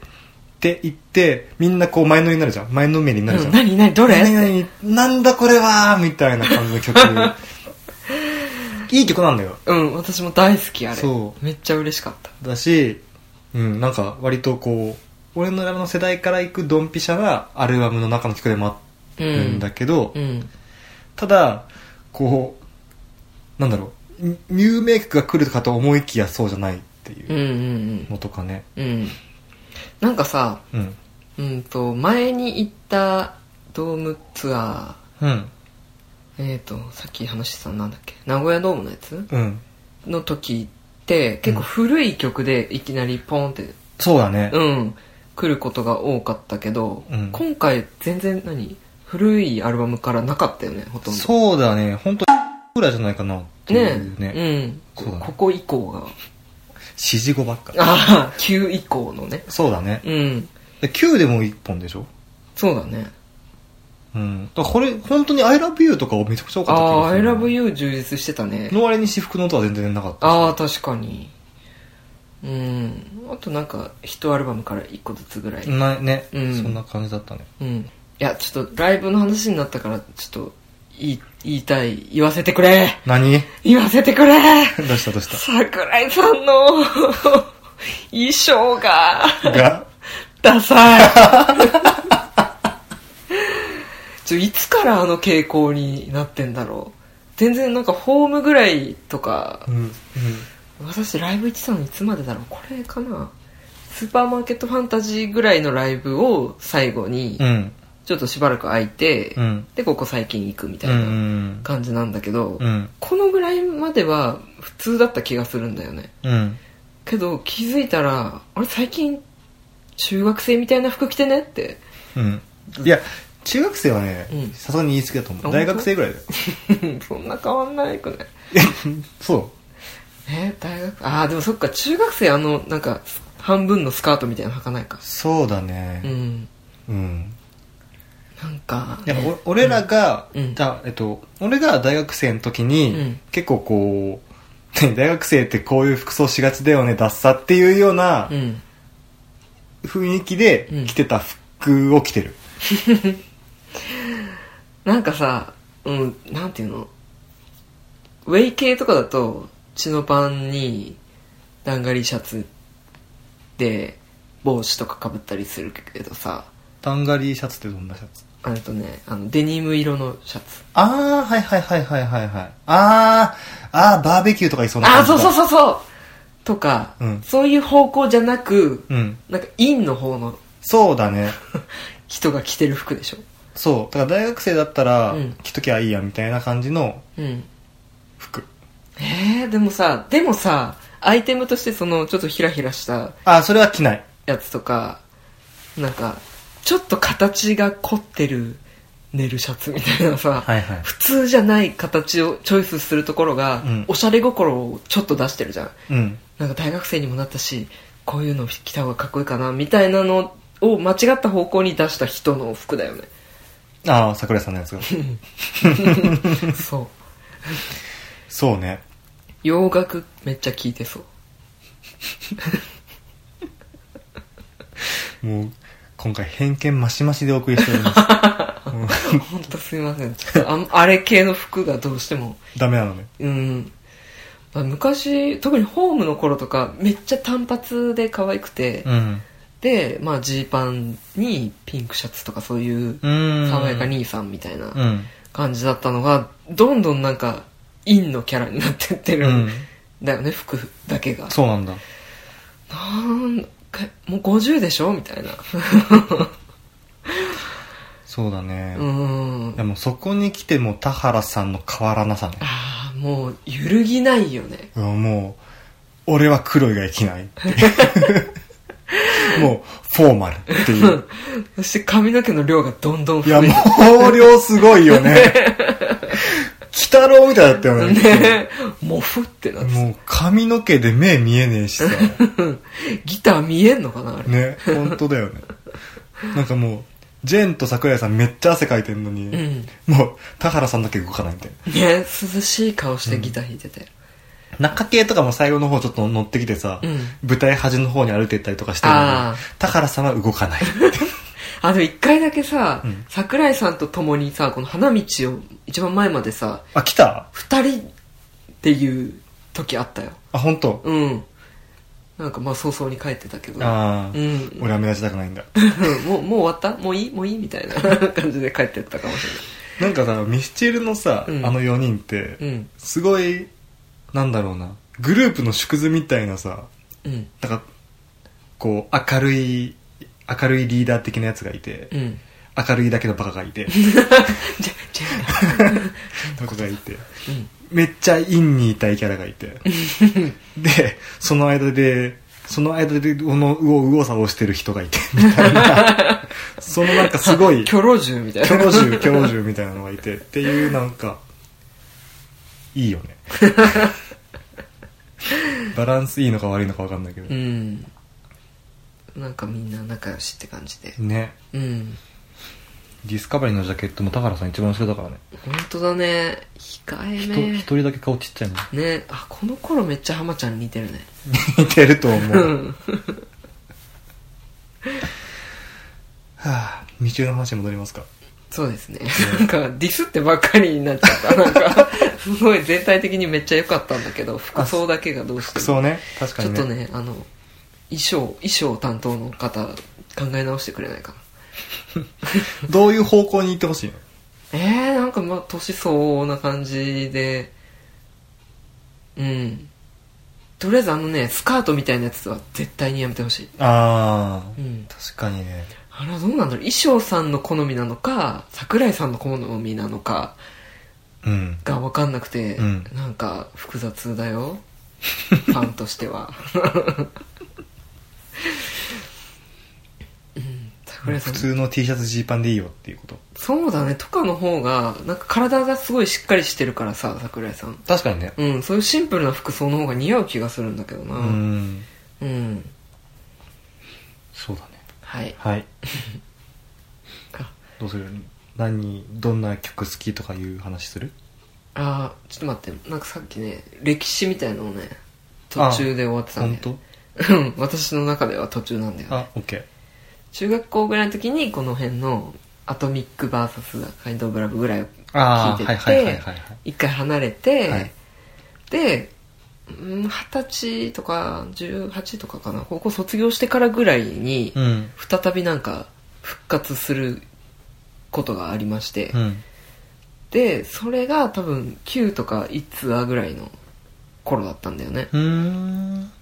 [SPEAKER 2] て言ってみんなこう前のめりになるじゃん前のめりになるじ
[SPEAKER 1] う
[SPEAKER 2] ゃ
[SPEAKER 1] ん
[SPEAKER 2] ん、
[SPEAKER 1] 何何どれ
[SPEAKER 2] 何々なんだこれはみたいな感じ の曲いい曲なんだよ
[SPEAKER 1] うん私も大好きあれ
[SPEAKER 2] そう
[SPEAKER 1] めっちゃ嬉しかった
[SPEAKER 2] だし、うん、なんか割とこう、俺のラブの世代から行くドンピシャなアルバムの中の曲でもあるんだけど、
[SPEAKER 1] うん
[SPEAKER 2] ただ、こう、なんだろう、み有名曲が来るかと思いきやそうじゃないってい
[SPEAKER 1] うんう
[SPEAKER 2] うんのとかね。
[SPEAKER 1] うんうんなんかさ
[SPEAKER 2] うん。
[SPEAKER 1] うんと前に行ったドームツアー
[SPEAKER 2] うん。
[SPEAKER 1] えー、とさっき話してたのなんだっけ名古屋ドームのやつ
[SPEAKER 2] うん。
[SPEAKER 1] の時って結構古い曲でいきなりポンって
[SPEAKER 2] そうだね。
[SPEAKER 1] うん、来ることが多かったけど、
[SPEAKER 2] うん
[SPEAKER 1] 今回全然何古いアルバムからなかったよねほとんど
[SPEAKER 2] そうだね。本当ぐらいじゃないかなってい
[SPEAKER 1] ね
[SPEAKER 2] うね。
[SPEAKER 1] うん
[SPEAKER 2] そうだね
[SPEAKER 1] ここ以降 が
[SPEAKER 2] 指示語ばっか。
[SPEAKER 1] ああ9以降のね
[SPEAKER 2] そうだね。
[SPEAKER 1] うん
[SPEAKER 2] で9でも1本でしょ
[SPEAKER 1] そうだね
[SPEAKER 2] うん。だからこれ、本当に I love you とかめちゃくちゃ多かった気
[SPEAKER 1] ああ
[SPEAKER 2] が
[SPEAKER 1] ー「
[SPEAKER 2] するな
[SPEAKER 1] ILOVEYOU」充実してたね
[SPEAKER 2] の割に私服の音は全然なかった。
[SPEAKER 1] ああ確かにうんあとなんか1アルバムから1個ずつぐらい
[SPEAKER 2] なね、
[SPEAKER 1] うん
[SPEAKER 2] そんな感じだったね
[SPEAKER 1] うん。いや、ちょっとライブの話になったから、ちょっと、言い、言いたい。言わせてくれ
[SPEAKER 2] 何
[SPEAKER 1] 言わせてくれ
[SPEAKER 2] どうしたどうし た
[SPEAKER 1] 桜井さんの、衣装が、
[SPEAKER 2] が、
[SPEAKER 1] ダサい。ちょ、いつからあの傾向になってんだろう。全然なんかホームぐらいとか
[SPEAKER 2] う、ん、うん。
[SPEAKER 1] 私ライブ行ってたのいつまでだろうこれかなスーパーマーケットファンタジーぐらいのライブを最後に、
[SPEAKER 2] うん、
[SPEAKER 1] ちょっとしばらく空いて、
[SPEAKER 2] うん。
[SPEAKER 1] で、ここ最近行くみた
[SPEAKER 2] う、
[SPEAKER 1] いなん感じなんだけど、
[SPEAKER 2] うん、
[SPEAKER 1] このぐらいまでは普通だった気がするんだよね。
[SPEAKER 2] うん。
[SPEAKER 1] けど気づいたら、あれ最近中学生みたいな服着てね って。
[SPEAKER 2] うん。いや、中学生はね
[SPEAKER 1] うん、
[SPEAKER 2] さすがに言い過ぎだと
[SPEAKER 1] あ
[SPEAKER 2] 思う。大学生ぐらいだよ。
[SPEAKER 1] そんな変わんないくない
[SPEAKER 2] そ
[SPEAKER 1] えー大学、ああ、でもそっか、中学生あの、なんか、半分のスカートみたいなの履かないか
[SPEAKER 2] う。。そうだ
[SPEAKER 1] う
[SPEAKER 2] ね。
[SPEAKER 1] ん。
[SPEAKER 2] うん。
[SPEAKER 1] なんか、
[SPEAKER 2] やっぱお俺らが、
[SPEAKER 1] うん
[SPEAKER 2] だえっと、俺が大学生の時
[SPEAKER 1] う
[SPEAKER 2] に
[SPEAKER 1] ん、
[SPEAKER 2] 結構こう、 ね大学生ってこういう服装しがちだよね、ダッサっていうような
[SPEAKER 1] うん。
[SPEAKER 2] 雰囲気で
[SPEAKER 1] うん
[SPEAKER 2] 着てた服を着てる。
[SPEAKER 1] なんかさ、うん、なんていうの、ウェイ系とかだと、チノパンに、ダンガリーシャツで、帽子とかかぶったりするけどさ、
[SPEAKER 2] ダンガリーシャツってどんなシャツ
[SPEAKER 1] あれとね、あの、デニム色のシャツ。
[SPEAKER 2] あー、はいはいはいはいはいはい。あー、あー、バーベキューとかいそうな
[SPEAKER 1] あ
[SPEAKER 2] 感
[SPEAKER 1] あ、
[SPEAKER 2] じだ
[SPEAKER 1] そうそうそうそうとか、
[SPEAKER 2] うん
[SPEAKER 1] そういう方向じゃなく、
[SPEAKER 2] うん。
[SPEAKER 1] なんか、インの方の
[SPEAKER 2] そうだ ね。
[SPEAKER 1] 人が着てる服でしょ。
[SPEAKER 2] そう。だから大学生だったら
[SPEAKER 1] うん、
[SPEAKER 2] 着ときゃいいや、みたいな感じの
[SPEAKER 1] うん。
[SPEAKER 2] 服。
[SPEAKER 1] えー、でもさ、でもさ、アイテムとしてその、ちょっとヒラヒラした
[SPEAKER 2] あー、それは着ない。
[SPEAKER 1] やつとか、なんか、ちょっと形が凝ってる寝るシャツみたいなさ、
[SPEAKER 2] はいはい。
[SPEAKER 1] 普通じゃない形をチョイスするところが、
[SPEAKER 2] うん
[SPEAKER 1] おしゃれ心をちょっと出してるじゃん。
[SPEAKER 2] うん。
[SPEAKER 1] なんか大学生にもなったし、こういうの着た方がかっこいいかな、みたいなのを間違った方向に出した人の服だよね。
[SPEAKER 2] あー、桜井さんのや つが。
[SPEAKER 1] そう。
[SPEAKER 2] そうね。
[SPEAKER 1] 洋楽めっちゃ聴いて そう。
[SPEAKER 2] もう、今回偏見マシマシでお送りしており ます。
[SPEAKER 1] ほんとすいません。ちょっとああれ系の服がどうしても。
[SPEAKER 2] ダメなのね。
[SPEAKER 1] うん。まあ昔、特にホームの頃とか、めっちゃ単発で可愛くて、
[SPEAKER 2] うん。
[SPEAKER 1] で、まあジーパンにピンクシャツとかそういう、
[SPEAKER 2] うん。
[SPEAKER 1] 爽やか。兄さんみたいな
[SPEAKER 2] うん。
[SPEAKER 1] 感じだったのが、どんどんなんか、陰のキャラになってってる
[SPEAKER 2] うんん。
[SPEAKER 1] だよね、服だけが。
[SPEAKER 2] そうなんだ。
[SPEAKER 1] なんか、もう50でしょみたい な。
[SPEAKER 2] そうだね。
[SPEAKER 1] うん
[SPEAKER 2] で。もそこに来ても田原さんの変わらなさね。
[SPEAKER 1] ああ、もう揺るぎないよね。
[SPEAKER 2] うんもう、俺は黒いが生きないって いう。もう、フォーマルっていう。
[SPEAKER 1] そして髪の毛の量がどんどん
[SPEAKER 2] い
[SPEAKER 1] 増
[SPEAKER 2] や、
[SPEAKER 1] え
[SPEAKER 2] も
[SPEAKER 1] て
[SPEAKER 2] う量すごいよね。鬼太郎みたいだったよね。
[SPEAKER 1] ね、モフってなって
[SPEAKER 2] もう髪の毛で目見えねえしさ。
[SPEAKER 1] ギター見えんのかなあれ。
[SPEAKER 2] ね、本当だよね。なんかもう、ジェンと桜井さんめっちゃ汗かいてんのに、
[SPEAKER 1] うん。
[SPEAKER 2] もう、田原さんだけ動かないみたいな。
[SPEAKER 1] ね、涼しい顔してギター弾いてて。
[SPEAKER 2] 中系とかも最後の方ちょっと乗ってきてさ、
[SPEAKER 1] うん
[SPEAKER 2] 舞台端の方に歩いてったりとかしてるの
[SPEAKER 1] あ
[SPEAKER 2] に、田原さんは動か ない。
[SPEAKER 1] あ、でも一回だけさ
[SPEAKER 2] ん、
[SPEAKER 1] 桜井さんと共にさ、この花道を一番前までさ、
[SPEAKER 2] あ、来た
[SPEAKER 1] 二人っていう時あったよ。
[SPEAKER 2] あ、本当。
[SPEAKER 1] うん。なんかまあ早々に帰ってたけど。
[SPEAKER 2] ああ、
[SPEAKER 1] うん。
[SPEAKER 2] 俺は目立ちたくないんだ。
[SPEAKER 1] もう、もう終わったもういいもういいみた いな感じで帰ってったかもし
[SPEAKER 2] なんかさ、ミスチルのさ、
[SPEAKER 1] うん
[SPEAKER 2] あの4人って、
[SPEAKER 1] れない。うん。
[SPEAKER 2] すごい、なんだろうな、グループの縮図みたいなさ、
[SPEAKER 1] うん。
[SPEAKER 2] なんか、こう、明るい、明るいリーダー的なやつがいて、
[SPEAKER 1] うん。
[SPEAKER 2] 明るいだけのバカがい て、
[SPEAKER 1] じゃ、じゃ
[SPEAKER 2] バカがいて、
[SPEAKER 1] あ、うん。
[SPEAKER 2] めっちゃ陰にいたいキャラがいて、 で、その間で、その間で、この、うおうおさをしてる人がいて、みた いな、そのなんかすごい、
[SPEAKER 1] キョロジュみたいな。
[SPEAKER 2] 教授教授みたいなのがいてっていうなんかいいよ ねバランスいいのか悪いのか分かんないけど
[SPEAKER 1] う、ん。なんかみんな仲良しって感じで。
[SPEAKER 2] ね
[SPEAKER 1] うん。
[SPEAKER 2] ディスカバリーのジャケットも田原さん一番後ろだからね
[SPEAKER 1] 本当だね。控え
[SPEAKER 2] 一、
[SPEAKER 1] め。
[SPEAKER 2] 人だけ顔ちっちゃいの
[SPEAKER 1] ね。あ、この頃めっちゃ浜ちゃんに似てるね。
[SPEAKER 2] 似てると思
[SPEAKER 1] う
[SPEAKER 2] う、
[SPEAKER 1] ん。
[SPEAKER 2] はあ、未中の話に戻りますか
[SPEAKER 1] そうですね。なんかディスってばっかりになっちゃった。なん か、すごい全体的にめっちゃ良かったんだけど、服装だけがどうして
[SPEAKER 2] 服
[SPEAKER 1] も
[SPEAKER 2] 装ね確か
[SPEAKER 1] ちょ
[SPEAKER 2] に
[SPEAKER 1] っ
[SPEAKER 2] ね
[SPEAKER 1] とね、あの、衣装、衣装担当の方、考え直してくれないかな。
[SPEAKER 2] どういう方向に行ってほしいの
[SPEAKER 1] えー、なんかまあ、年相応な感じで、うん。とりあえずあのね、スカートみたいなやつは絶対にやめてほしい。
[SPEAKER 2] ああ、
[SPEAKER 1] うん。
[SPEAKER 2] 確かにね。
[SPEAKER 1] あれはどうなんだろう衣装さんの好みなのか、桜井さんの好みなのか
[SPEAKER 2] うん。
[SPEAKER 1] が分かんなくて、
[SPEAKER 2] うん
[SPEAKER 1] なんか複雑だ よ。ファンとしては。 うん、桜井さ
[SPEAKER 2] 普
[SPEAKER 1] ん
[SPEAKER 2] 通の T シャツジーパンでいいよっていうこと。
[SPEAKER 1] そうだね、とかの方が、なんか体がすごいしっかりしてるからさ、桜井さん。
[SPEAKER 2] 確かにね。
[SPEAKER 1] うん、そういうシンプルな服装の方が似合う気がするんだけどな。
[SPEAKER 2] う
[SPEAKER 1] うん。
[SPEAKER 2] ん。そうだね。
[SPEAKER 1] はい。
[SPEAKER 2] はい。
[SPEAKER 1] あ、
[SPEAKER 2] どうする何、どんな曲好きとかいう話する
[SPEAKER 1] あーちょっと待って、なんかさっきね、歴史みたいのをね、途中で終わってたん
[SPEAKER 2] 本
[SPEAKER 1] で。
[SPEAKER 2] 当
[SPEAKER 1] うん、私の中では途中なんだよね。
[SPEAKER 2] あ、オッケー。
[SPEAKER 1] 中学校ぐらいの時にこの辺のアトミック VS カインドオブラブぐらいを
[SPEAKER 2] ああ、
[SPEAKER 1] 聞い
[SPEAKER 2] は
[SPEAKER 1] て
[SPEAKER 2] い
[SPEAKER 1] て
[SPEAKER 2] はいはいはいはい。
[SPEAKER 1] 一回離れて、
[SPEAKER 2] はい
[SPEAKER 1] で、うん二十歳とか18とかかな、高校卒業してからぐらいに、
[SPEAKER 2] うん。
[SPEAKER 1] 再びなんか復活することがありまして、
[SPEAKER 2] うん。
[SPEAKER 1] で、それが多分9とか1ツアーぐらいの頃だったんだよね。
[SPEAKER 2] うーん。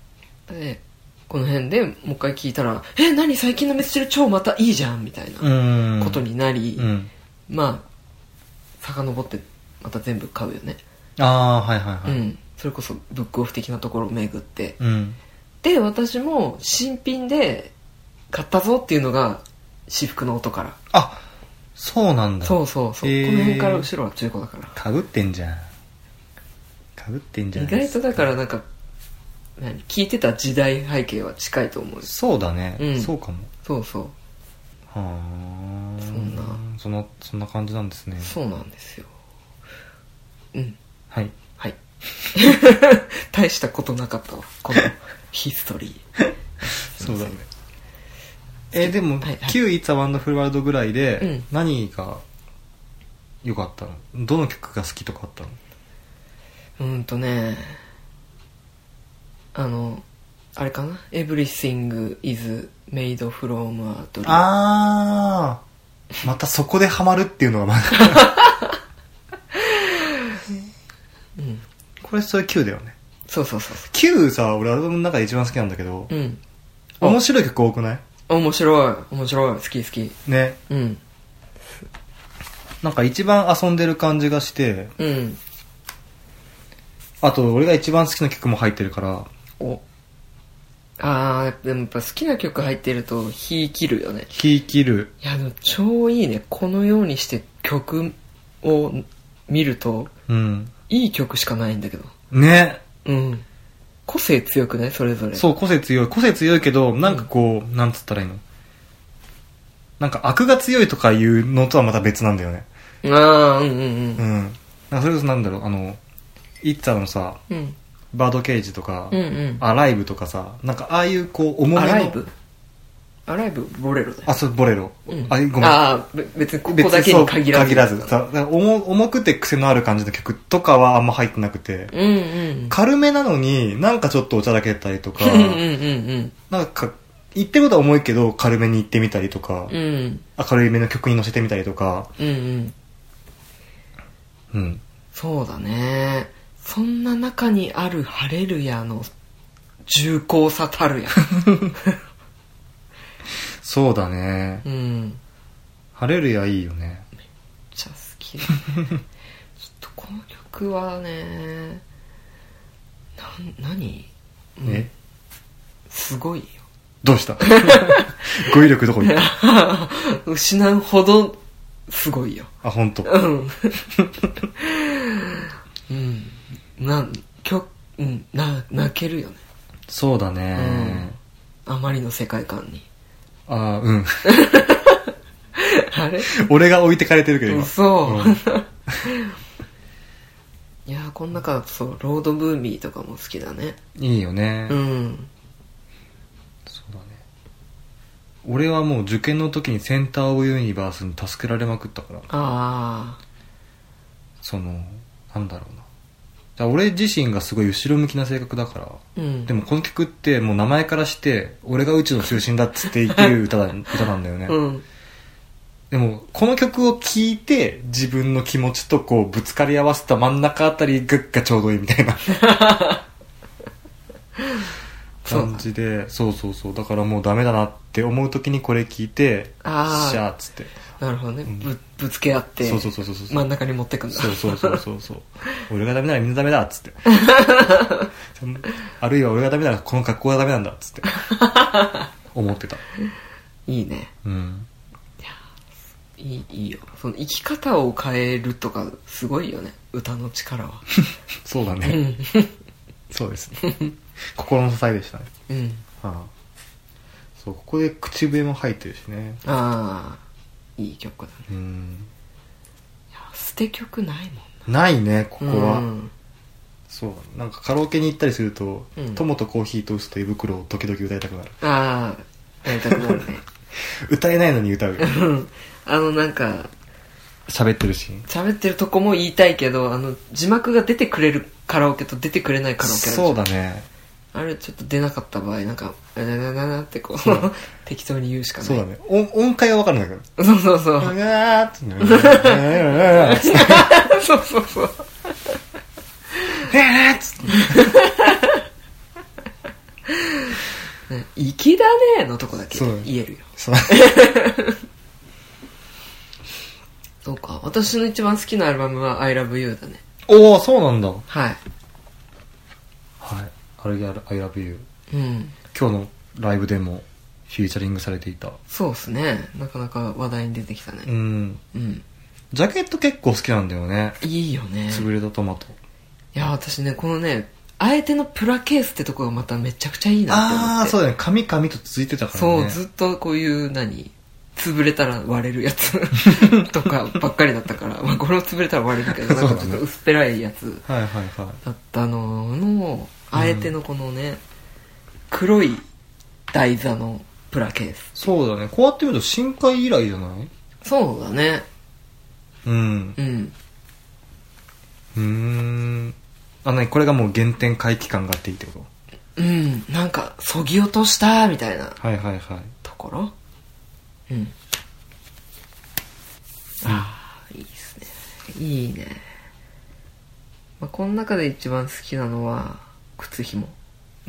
[SPEAKER 1] でこの辺でもう一回聞いたら「え何最近のメスチル超またいいじゃん」みたいな
[SPEAKER 2] うん。
[SPEAKER 1] ことになり、
[SPEAKER 2] うん。
[SPEAKER 1] まあ遡ってまた全部買うよね、
[SPEAKER 2] ああ、はいはいは
[SPEAKER 1] う
[SPEAKER 2] い。
[SPEAKER 1] んそれこそブックオフ的なところを巡って
[SPEAKER 2] うん。
[SPEAKER 1] で私も新品で買ったぞっていうのが私服の音から、
[SPEAKER 2] あ、そうなんだ。
[SPEAKER 1] そうそうそう、
[SPEAKER 2] へー
[SPEAKER 1] この辺から後ろは中古だから
[SPEAKER 2] かぶってんじゃん。かぶってんじゃん。
[SPEAKER 1] 意外とだからなんか何聞いてた時代背景は近いと思う
[SPEAKER 2] そうだね。
[SPEAKER 1] うん
[SPEAKER 2] そうかも。
[SPEAKER 1] そうそう
[SPEAKER 2] はあ。
[SPEAKER 1] そんな
[SPEAKER 2] そんな、そんな感じなんですね。
[SPEAKER 1] そうなんですようん
[SPEAKER 2] はい。
[SPEAKER 1] はい。 大したことなかったわ、このヒストリー。
[SPEAKER 2] そうだね。え、でも、
[SPEAKER 1] はいはい
[SPEAKER 2] 旧 It's a Wonderful World ぐらいうで
[SPEAKER 1] ん、
[SPEAKER 2] 何が良かったのどの曲が好きとかあったの
[SPEAKER 1] うーんとね、あの、あれかな ?Everything is made from a dream。
[SPEAKER 2] あー。またそこでハマるっていうのがまだ。
[SPEAKER 1] うん。
[SPEAKER 2] これそれ旧だよね。
[SPEAKER 1] そうそうそうそ
[SPEAKER 2] 旧さ、俺アルバムの中で一番好きなんだけど
[SPEAKER 1] う。、うん。あ
[SPEAKER 2] 面白い曲多くない
[SPEAKER 1] 面白い、面白い、好き好き。
[SPEAKER 2] ね。
[SPEAKER 1] うん。
[SPEAKER 2] なんか一番遊んでる感じがして、
[SPEAKER 1] うん。
[SPEAKER 2] あと俺が一番好きな曲も入ってるから、
[SPEAKER 1] お。あー、でもやっぱ好きな曲入ってると、火切るよね。
[SPEAKER 2] キーキル。
[SPEAKER 1] いや、でも超いいね。このようにして曲を見ると、
[SPEAKER 2] うん。
[SPEAKER 1] いい曲しかないんだけど。
[SPEAKER 2] ね。
[SPEAKER 1] うん。個性強くないそれぞれ。う。
[SPEAKER 2] そう、個性強い。個性強いけど、なんかこう、なんつったらいいのなんか悪が強いとかいうのとはまた別なんだよね。
[SPEAKER 1] ああ、うんうん
[SPEAKER 2] う
[SPEAKER 1] うん。
[SPEAKER 2] ん。なんかそれこそなんだろう、あの、イッツァのさ、
[SPEAKER 1] うん。
[SPEAKER 2] バードケージとか、
[SPEAKER 1] うんうん。
[SPEAKER 2] アライブとかさ、なんかああいうこう、重めの。
[SPEAKER 1] アライブアライブボレロだよ。
[SPEAKER 2] あ、そう、ボレロ。
[SPEAKER 1] うん、
[SPEAKER 2] あ、ごめん。
[SPEAKER 1] あーべ別にここだけに限らず。
[SPEAKER 2] 限らず。さなんか重重くて癖のある感じの曲とかはあんま入ってなくて、
[SPEAKER 1] うんうん。
[SPEAKER 2] 軽めなのになんかちょっとおちゃらけたりとか
[SPEAKER 1] う、んうんうん
[SPEAKER 2] なんか言ってることは重いけど軽めに言ってみたりとか
[SPEAKER 1] うん。う、ん
[SPEAKER 2] 明るいめの曲に乗せてみたりとか、
[SPEAKER 1] うんうん。
[SPEAKER 2] うん。
[SPEAKER 1] そうだね。そんな中にあるハレルヤの重厚さた るや。
[SPEAKER 2] そうだね
[SPEAKER 1] う。ん。
[SPEAKER 2] ハレルヤいいよね。
[SPEAKER 1] めっちゃ好きだちょっとこの曲はねなん何、うん
[SPEAKER 2] え
[SPEAKER 1] すごい よ
[SPEAKER 2] ど うした語彙力どこ行った
[SPEAKER 1] 失うほどすごいよ
[SPEAKER 2] あ、ほんと。
[SPEAKER 1] うんうんなん曲うんな泣けるよね
[SPEAKER 2] そうだね。
[SPEAKER 1] あまりの世界 観に
[SPEAKER 2] あーうん。
[SPEAKER 1] あれ
[SPEAKER 2] 俺が置いてかれてるけど今。
[SPEAKER 1] 嘘、
[SPEAKER 2] うん
[SPEAKER 1] いやーこの中だとそうロードブーミーとかも好きだね
[SPEAKER 2] いいよね。
[SPEAKER 1] うん
[SPEAKER 2] そうだね。俺はもう受験の時にセンターオブユニバースに助けられまくったから、
[SPEAKER 1] ああ
[SPEAKER 2] その、なんだろうな。だから俺自身がすごい後ろ向きな性格だから、
[SPEAKER 1] うん。
[SPEAKER 2] でもこの曲ってもう名前からして俺が宇宙の中心だっつって言ってる歌だ歌なんだよね、
[SPEAKER 1] うん。
[SPEAKER 2] でもこの曲を聴いて自分の気持ちとこうぶつかり合わせた真ん中あたりががちょうどいいみた いな感じでそうそうそうだからもうダメだなって思う時にこれ聴いて
[SPEAKER 1] あー
[SPEAKER 2] シャーっつって
[SPEAKER 1] なるほどね。
[SPEAKER 2] ん
[SPEAKER 1] ぶ、ぶつけ合って、
[SPEAKER 2] そうそうそうそうそう
[SPEAKER 1] 真ん中に持ってくんだ。
[SPEAKER 2] そうそうそうそう そう俺がダメならみんなダメだっつってあるいは俺がダメならこの格好がダメなんだっつって 思ってた
[SPEAKER 1] いいね。
[SPEAKER 2] うん
[SPEAKER 1] いい、いいよ。その生き方を変えるとか、すごいよね。歌の力 は。
[SPEAKER 2] そうだ
[SPEAKER 1] う
[SPEAKER 2] ね
[SPEAKER 1] ん。
[SPEAKER 2] そうですね心の支えでしたね
[SPEAKER 1] うん。
[SPEAKER 2] ああそうここで口笛も入ってるしね
[SPEAKER 1] ああ、いい曲だね。
[SPEAKER 2] うん
[SPEAKER 1] いや、捨て曲ないもん
[SPEAKER 2] ないねここ
[SPEAKER 1] な。
[SPEAKER 2] は、
[SPEAKER 1] うん
[SPEAKER 2] そうなんかカラオケに行ったりすると「
[SPEAKER 1] うん
[SPEAKER 2] 友とコーヒーとウスと胃袋」を時々歌いたくなる
[SPEAKER 1] ああ、やりたくなるね。
[SPEAKER 2] 歌えないのに歌う
[SPEAKER 1] うんあの、なんか、
[SPEAKER 2] 喋ってるし
[SPEAKER 1] 喋ってるとこも言いたいけど、あの、字幕が出てくれるカラオケと出てくれないカラオケあるじゃん
[SPEAKER 2] そうだね
[SPEAKER 1] あれちょっと出なかった場合、なんか、なななななってこう、 適当に言うしかない。
[SPEAKER 2] そうだね音音階は分かるんだけど
[SPEAKER 1] そうそうそうう。
[SPEAKER 2] わーってねうわーっつ って
[SPEAKER 1] そうそうそう。
[SPEAKER 2] うわーっつって
[SPEAKER 1] ね粋だねのとこだけ
[SPEAKER 2] そう
[SPEAKER 1] 言えるよ。
[SPEAKER 2] そう
[SPEAKER 1] そうか。私の一番好きなアルバムは I Love You だね。
[SPEAKER 2] おおそうなんだ
[SPEAKER 1] はい。
[SPEAKER 2] はいあれやる I love you
[SPEAKER 1] うん。
[SPEAKER 2] 今日のライブでもフィーチャリングされていた
[SPEAKER 1] そうっすね。なかなか話題に出てきた
[SPEAKER 2] う
[SPEAKER 1] ね。
[SPEAKER 2] ん
[SPEAKER 1] うん。
[SPEAKER 2] ジャケット結構好きなんだよね
[SPEAKER 1] いいよね。
[SPEAKER 2] 潰れたトマト
[SPEAKER 1] いや、私ね、このね、あえてのプラケースってとこがまためちゃくちゃいいなって思って。
[SPEAKER 2] ああそうだね紙紙と続いてたから
[SPEAKER 1] そう、
[SPEAKER 2] ね
[SPEAKER 1] ずっとこういう、何潰れたら割れるやつとかばっかりだったから、まあこれも潰れたら割れるけど、なんかちょっと薄っぺらいやつ
[SPEAKER 2] はいはいはい
[SPEAKER 1] だったのの、あえてのこのね、黒い台座のプラケース。
[SPEAKER 2] そうだねこうやって見ると深海以来じゃない
[SPEAKER 1] そうだね。
[SPEAKER 2] うん
[SPEAKER 1] うん。
[SPEAKER 2] うーんあなにこれがもう原点回帰感があっていいってこ
[SPEAKER 1] うん。なんか、そぎ落とした、みたいな
[SPEAKER 2] とはいはいはい
[SPEAKER 1] ところ。うん。ああ、いいですね。いいね。まあ、この中で一番好きなのは、靴紐。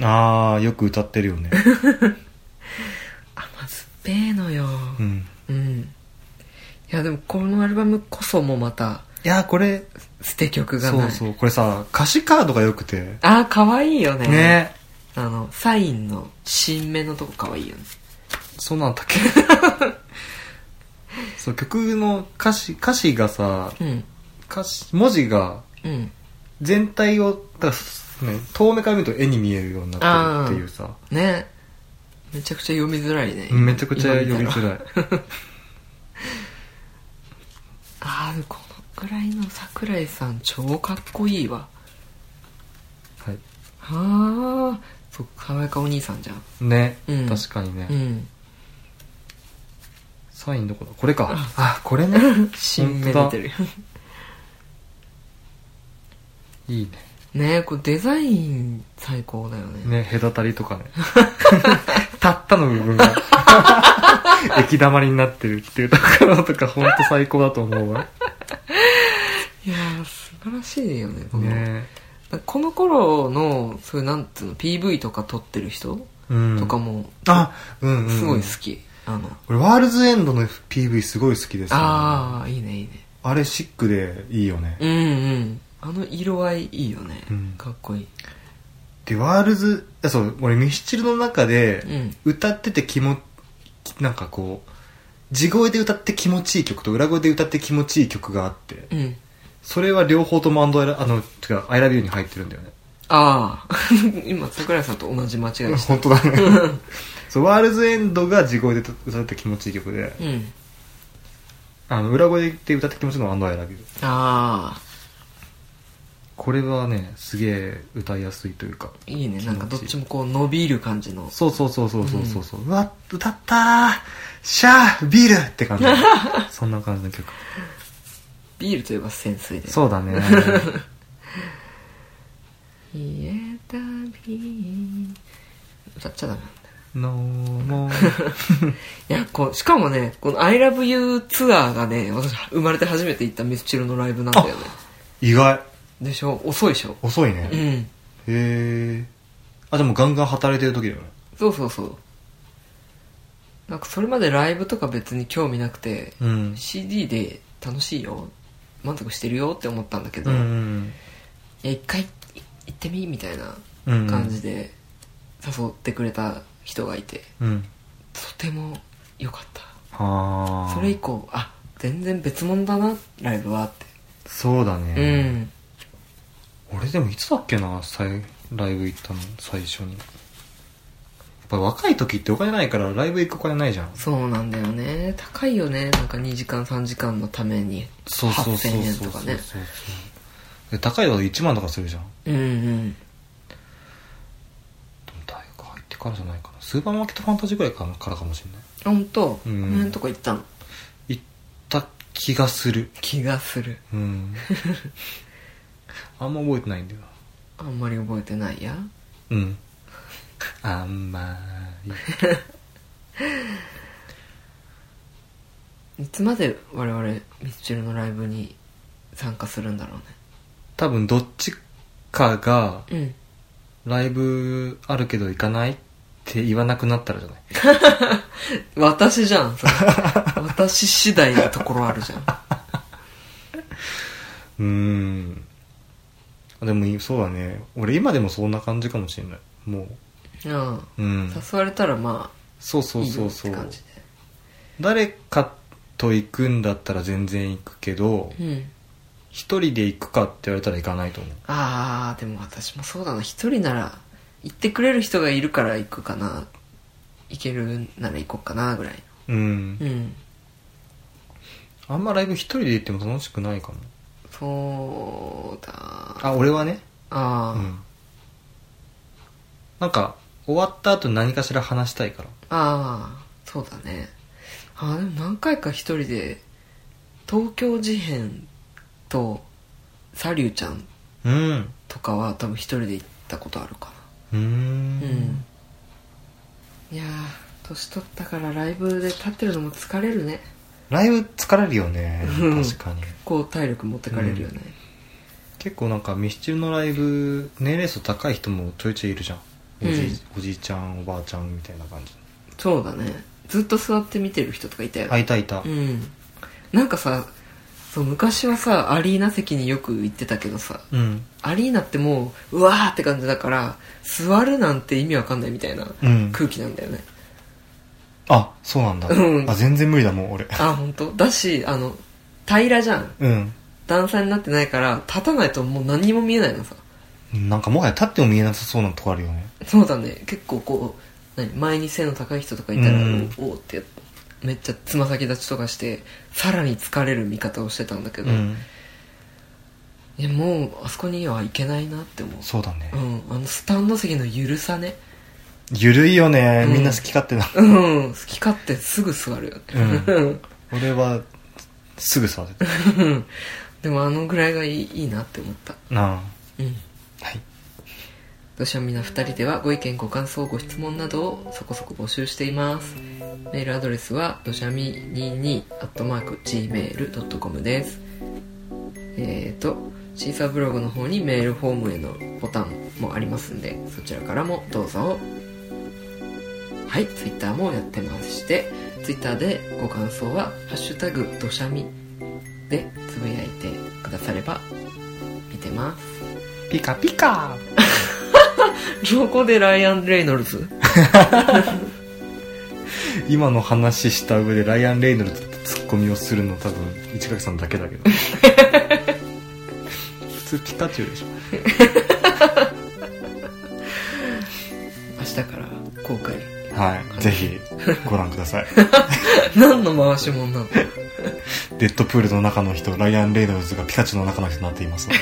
[SPEAKER 2] ああよく歌ってる よね
[SPEAKER 1] 甘酸っぱいのよ。
[SPEAKER 2] うん
[SPEAKER 1] うん。いや、でもこのアルバムこそもまた、
[SPEAKER 2] いやーこれ
[SPEAKER 1] 捨て曲が
[SPEAKER 2] そ
[SPEAKER 1] な
[SPEAKER 2] う
[SPEAKER 1] い。
[SPEAKER 2] そうこれさ歌詞カードがよくて
[SPEAKER 1] ああ、可愛いよね。
[SPEAKER 2] ね
[SPEAKER 1] あの、サインの新芽のとこ可愛いよね。
[SPEAKER 2] そうなんだっけ そう曲の歌詞歌詞がさ
[SPEAKER 1] うん。
[SPEAKER 2] 歌詞文字が
[SPEAKER 1] うん。
[SPEAKER 2] 全体をだから、ね、遠目から見ると絵に見えるようになってるっていうさ
[SPEAKER 1] ねめちゃくちゃ読みづらいね。
[SPEAKER 2] めちゃくちゃ読み
[SPEAKER 1] い。
[SPEAKER 2] づらい
[SPEAKER 1] ああ、このくらいの桜井さん超かっこいいわ。
[SPEAKER 2] はい
[SPEAKER 1] ああ、そう、可愛いかお兄さんじゃん。
[SPEAKER 2] ね、
[SPEAKER 1] うん
[SPEAKER 2] 確かにね、
[SPEAKER 1] うん。
[SPEAKER 2] サインどこだこれかあこれね
[SPEAKER 1] 新芽出
[SPEAKER 2] 本当
[SPEAKER 1] て
[SPEAKER 2] だ
[SPEAKER 1] る。
[SPEAKER 2] いい
[SPEAKER 1] ねこれデザイン最高だよね。
[SPEAKER 2] ねね隔たりと かねたったの部分が液だまりになってるっていうところとか本当最高だと思うわ
[SPEAKER 1] いやー、素晴らしいよね、この。
[SPEAKER 2] ね
[SPEAKER 1] この頃の、そういうなんつうの、PV とか撮ってる人
[SPEAKER 2] うん
[SPEAKER 1] とかも、
[SPEAKER 2] あうんうん
[SPEAKER 1] すごい好き。あの、
[SPEAKER 2] 俺ワールズエンドの PV すごい好きです、ね、
[SPEAKER 1] ああ、いいね、いいね。
[SPEAKER 2] あれシックでいいよね、
[SPEAKER 1] うんうん。あの色合いいいよね。
[SPEAKER 2] うん
[SPEAKER 1] かっこいい。
[SPEAKER 2] でワールズあそう俺ミスチルの中
[SPEAKER 1] う
[SPEAKER 2] で
[SPEAKER 1] ん。
[SPEAKER 2] 歌ってて気もなんかこう地声で歌って気持ちいい曲と裏声で歌って気持ちいい曲があって、
[SPEAKER 1] うん。
[SPEAKER 2] それは両方ともアンドアイラあの違うアイラビューに入ってるんだよね
[SPEAKER 1] ああ。 今、桜井さんと同じ間違いし
[SPEAKER 2] 本当だね そうワールズエンドが地声で歌って気持ちいい曲で
[SPEAKER 1] た。うん。
[SPEAKER 2] あの裏声で歌って気持ちいいのはアンドアイラビュー
[SPEAKER 1] ああ。
[SPEAKER 2] これはねすげえ歌いやすいというか
[SPEAKER 1] いいね。なんか
[SPEAKER 2] 気
[SPEAKER 1] ど
[SPEAKER 2] 持ち
[SPEAKER 1] っ
[SPEAKER 2] いい
[SPEAKER 1] ちもこう伸びる感じの。
[SPEAKER 2] そうそうそうそうそうそうそう、うわ歌ったーシャービールって感 じそんな感じの曲
[SPEAKER 1] ビールといえば潜水で。
[SPEAKER 2] そうだね
[SPEAKER 1] 消えたび歌っちゃダメなんだよ
[SPEAKER 2] のもう
[SPEAKER 1] いやこうしかもねこの「ILOVEYOU」ツアーがね私生まれて初めて行ったミスチルのライブなんだよね
[SPEAKER 2] 意外
[SPEAKER 1] でしょ遅いでしょ
[SPEAKER 2] 遅いうね
[SPEAKER 1] ん
[SPEAKER 2] へえあでもガンガン働いてる時だよね
[SPEAKER 1] そうそうそうなんかそれまでライブとか別に興味なくて、
[SPEAKER 2] うん
[SPEAKER 1] CD で楽しいよ満足してるよって思ったんだけ
[SPEAKER 2] う
[SPEAKER 1] ど、い
[SPEAKER 2] ん
[SPEAKER 1] や一回い行ってみみたいな
[SPEAKER 2] うん
[SPEAKER 1] 感じで誘ってくれた人がいて、
[SPEAKER 2] うん
[SPEAKER 1] とても良かった
[SPEAKER 2] はあ
[SPEAKER 1] それ以降あ全然別物だなライブはっ
[SPEAKER 2] そうだ
[SPEAKER 1] てう
[SPEAKER 2] ね、
[SPEAKER 1] ん
[SPEAKER 2] 俺でもいつだっけな最ライブ行ったの最初にやっぱ若い時ってお金ないからライブ行くお金ないじゃん
[SPEAKER 1] そうなんだよね高いよねなんか2時間3時間のために
[SPEAKER 2] そうそうそうそう
[SPEAKER 1] 8000円
[SPEAKER 2] そ
[SPEAKER 1] と
[SPEAKER 2] う
[SPEAKER 1] か
[SPEAKER 2] そう
[SPEAKER 1] ね
[SPEAKER 2] で高いの1万とかするじゃん
[SPEAKER 1] う
[SPEAKER 2] で
[SPEAKER 1] んうん
[SPEAKER 2] も大学入ってからじゃないかなスーパーマーケットファンタジーぐらいかなからかもしれない
[SPEAKER 1] あ本当こ
[SPEAKER 2] うん
[SPEAKER 1] の辺とか行ったの
[SPEAKER 2] 行った気がする
[SPEAKER 1] 気がする
[SPEAKER 2] うん あんま覚えてないんだよ
[SPEAKER 1] あんまり覚えてないや
[SPEAKER 2] なうんあんまり
[SPEAKER 1] いつまで我々ミスチルのライブに参加するんだろ
[SPEAKER 2] 多分どっちかが
[SPEAKER 1] うね
[SPEAKER 2] ライブあるけど行かないって言わなくなったらじゃない
[SPEAKER 1] うん私じゃ んそれ私次第のところあるじゃん
[SPEAKER 2] うーんあでもいそうだね俺今でもそんな感じかもしれないも
[SPEAKER 1] うん
[SPEAKER 2] ううん
[SPEAKER 1] 誘われたらま
[SPEAKER 2] そう
[SPEAKER 1] あ
[SPEAKER 2] そ
[SPEAKER 1] いういよ
[SPEAKER 2] そう
[SPEAKER 1] っ
[SPEAKER 2] そ
[SPEAKER 1] て
[SPEAKER 2] う
[SPEAKER 1] 感じで
[SPEAKER 2] 誰かと行くんだったら全然行くけど
[SPEAKER 1] うん
[SPEAKER 2] 一人で行くかって言われたら行かないと思う
[SPEAKER 1] ああでも私もそうだな一人なら行ってくれる人がいるから行くかな行けるなら行こうかなぐらい
[SPEAKER 2] うん
[SPEAKER 1] うん
[SPEAKER 2] あんまライブ一人で行っても楽しくないかも
[SPEAKER 1] そうだあ
[SPEAKER 2] あ俺はね
[SPEAKER 1] あ
[SPEAKER 2] う
[SPEAKER 1] ー、
[SPEAKER 2] んなんか終わった後何かしら話したいから
[SPEAKER 1] あーそうだねあーでも何回か一人で東京事変とサリューちゃん
[SPEAKER 2] うん
[SPEAKER 1] とかは多分一人で行ったことあるか
[SPEAKER 2] うー
[SPEAKER 1] なうんんいやー年取ったからライブで立ってるのも疲れるね
[SPEAKER 2] ライブ疲れるよね
[SPEAKER 1] うん
[SPEAKER 2] 確かに
[SPEAKER 1] こう体力持ってかれるよね、
[SPEAKER 2] 結構なんかミスチルのライブ年齢層高い人もちょいちょいいるじゃんおじ,、おじいちゃんおばあちゃんみたいな感じ
[SPEAKER 1] そうだねずっと座って見てる人とかいたよ、
[SPEAKER 2] あいたいた、
[SPEAKER 1] うんなんかさそう昔はさアリーナ席によく行ってたけどさ
[SPEAKER 2] うん
[SPEAKER 1] アリーナってもううわーって感じだから座るなんて意味わかんないみたいな
[SPEAKER 2] うん
[SPEAKER 1] 空気なんだよね、
[SPEAKER 2] あそうなんだ、
[SPEAKER 1] うん
[SPEAKER 2] あ全然無理だもう俺
[SPEAKER 1] あ本当だしあの平らじゃん
[SPEAKER 2] うん
[SPEAKER 1] 段差になってないから立たないともう何にも見えないのさ
[SPEAKER 2] なんかもはや立っても見えなさそうなとこあるよね
[SPEAKER 1] そうだね結構こう何前に背の高い人とかいたら、
[SPEAKER 2] うん
[SPEAKER 1] おおーってめっちゃつま先立ちとかしてさらに疲れる見方をしてたんだけ
[SPEAKER 2] う
[SPEAKER 1] ど、
[SPEAKER 2] ん
[SPEAKER 1] いやもうあそこには行けないなって思う
[SPEAKER 2] そうだね
[SPEAKER 1] うんあのスタンド席のゆるさね
[SPEAKER 2] ゆるいよね
[SPEAKER 1] うん
[SPEAKER 2] みんな好き勝手な、
[SPEAKER 1] うん好き勝手すぐ座るよね
[SPEAKER 2] うん俺はすぐ座ってた
[SPEAKER 1] うん でもあのぐらいがいいいいなって思った
[SPEAKER 2] なあ
[SPEAKER 1] うん
[SPEAKER 2] はい
[SPEAKER 1] 私はみんな2人ではご意見ご感想ご質問などをそこそこ募集していますメールアドレスはどしゃみ22 gmail.com ですえっ、ー、とシーサーブログの方にメールフォームへのボタンもありますんでそちらからもどうぞはいツイッターもやってましてツイッターでご感想は「ハッシュタグどしゃみ」でつぶやいてくだされば見てます
[SPEAKER 2] ピカピカ
[SPEAKER 1] そこでライアン・レイノルズ
[SPEAKER 2] 今の話した上でライアン・レイノルズってツッコミをするの多分市垣さんだけだ けど普通ピカチュウでしょ
[SPEAKER 1] 明日から公開
[SPEAKER 2] はいぜひご覧くださ い
[SPEAKER 1] 何の回し者なの
[SPEAKER 2] デッドプールの中の人ライアン・レイノルズがピカチュウの中の人になっていますので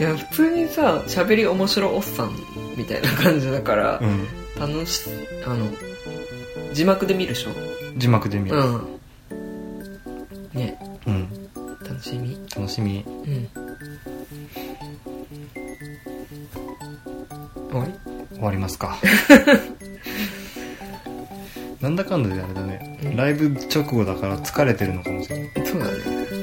[SPEAKER 1] いや普通にさ喋り面白おっさんみたいな感じだから
[SPEAKER 2] う、
[SPEAKER 1] 楽しあの字幕で見るでしょ
[SPEAKER 2] ん字幕で見
[SPEAKER 1] う
[SPEAKER 2] る
[SPEAKER 1] んね
[SPEAKER 2] うん
[SPEAKER 1] 楽しみ
[SPEAKER 2] 楽しみ
[SPEAKER 1] うん
[SPEAKER 2] 終わりますかなんだかんだであれだね、
[SPEAKER 1] うん
[SPEAKER 2] ライブ直後だから疲れてるのかもしれない
[SPEAKER 1] そうだね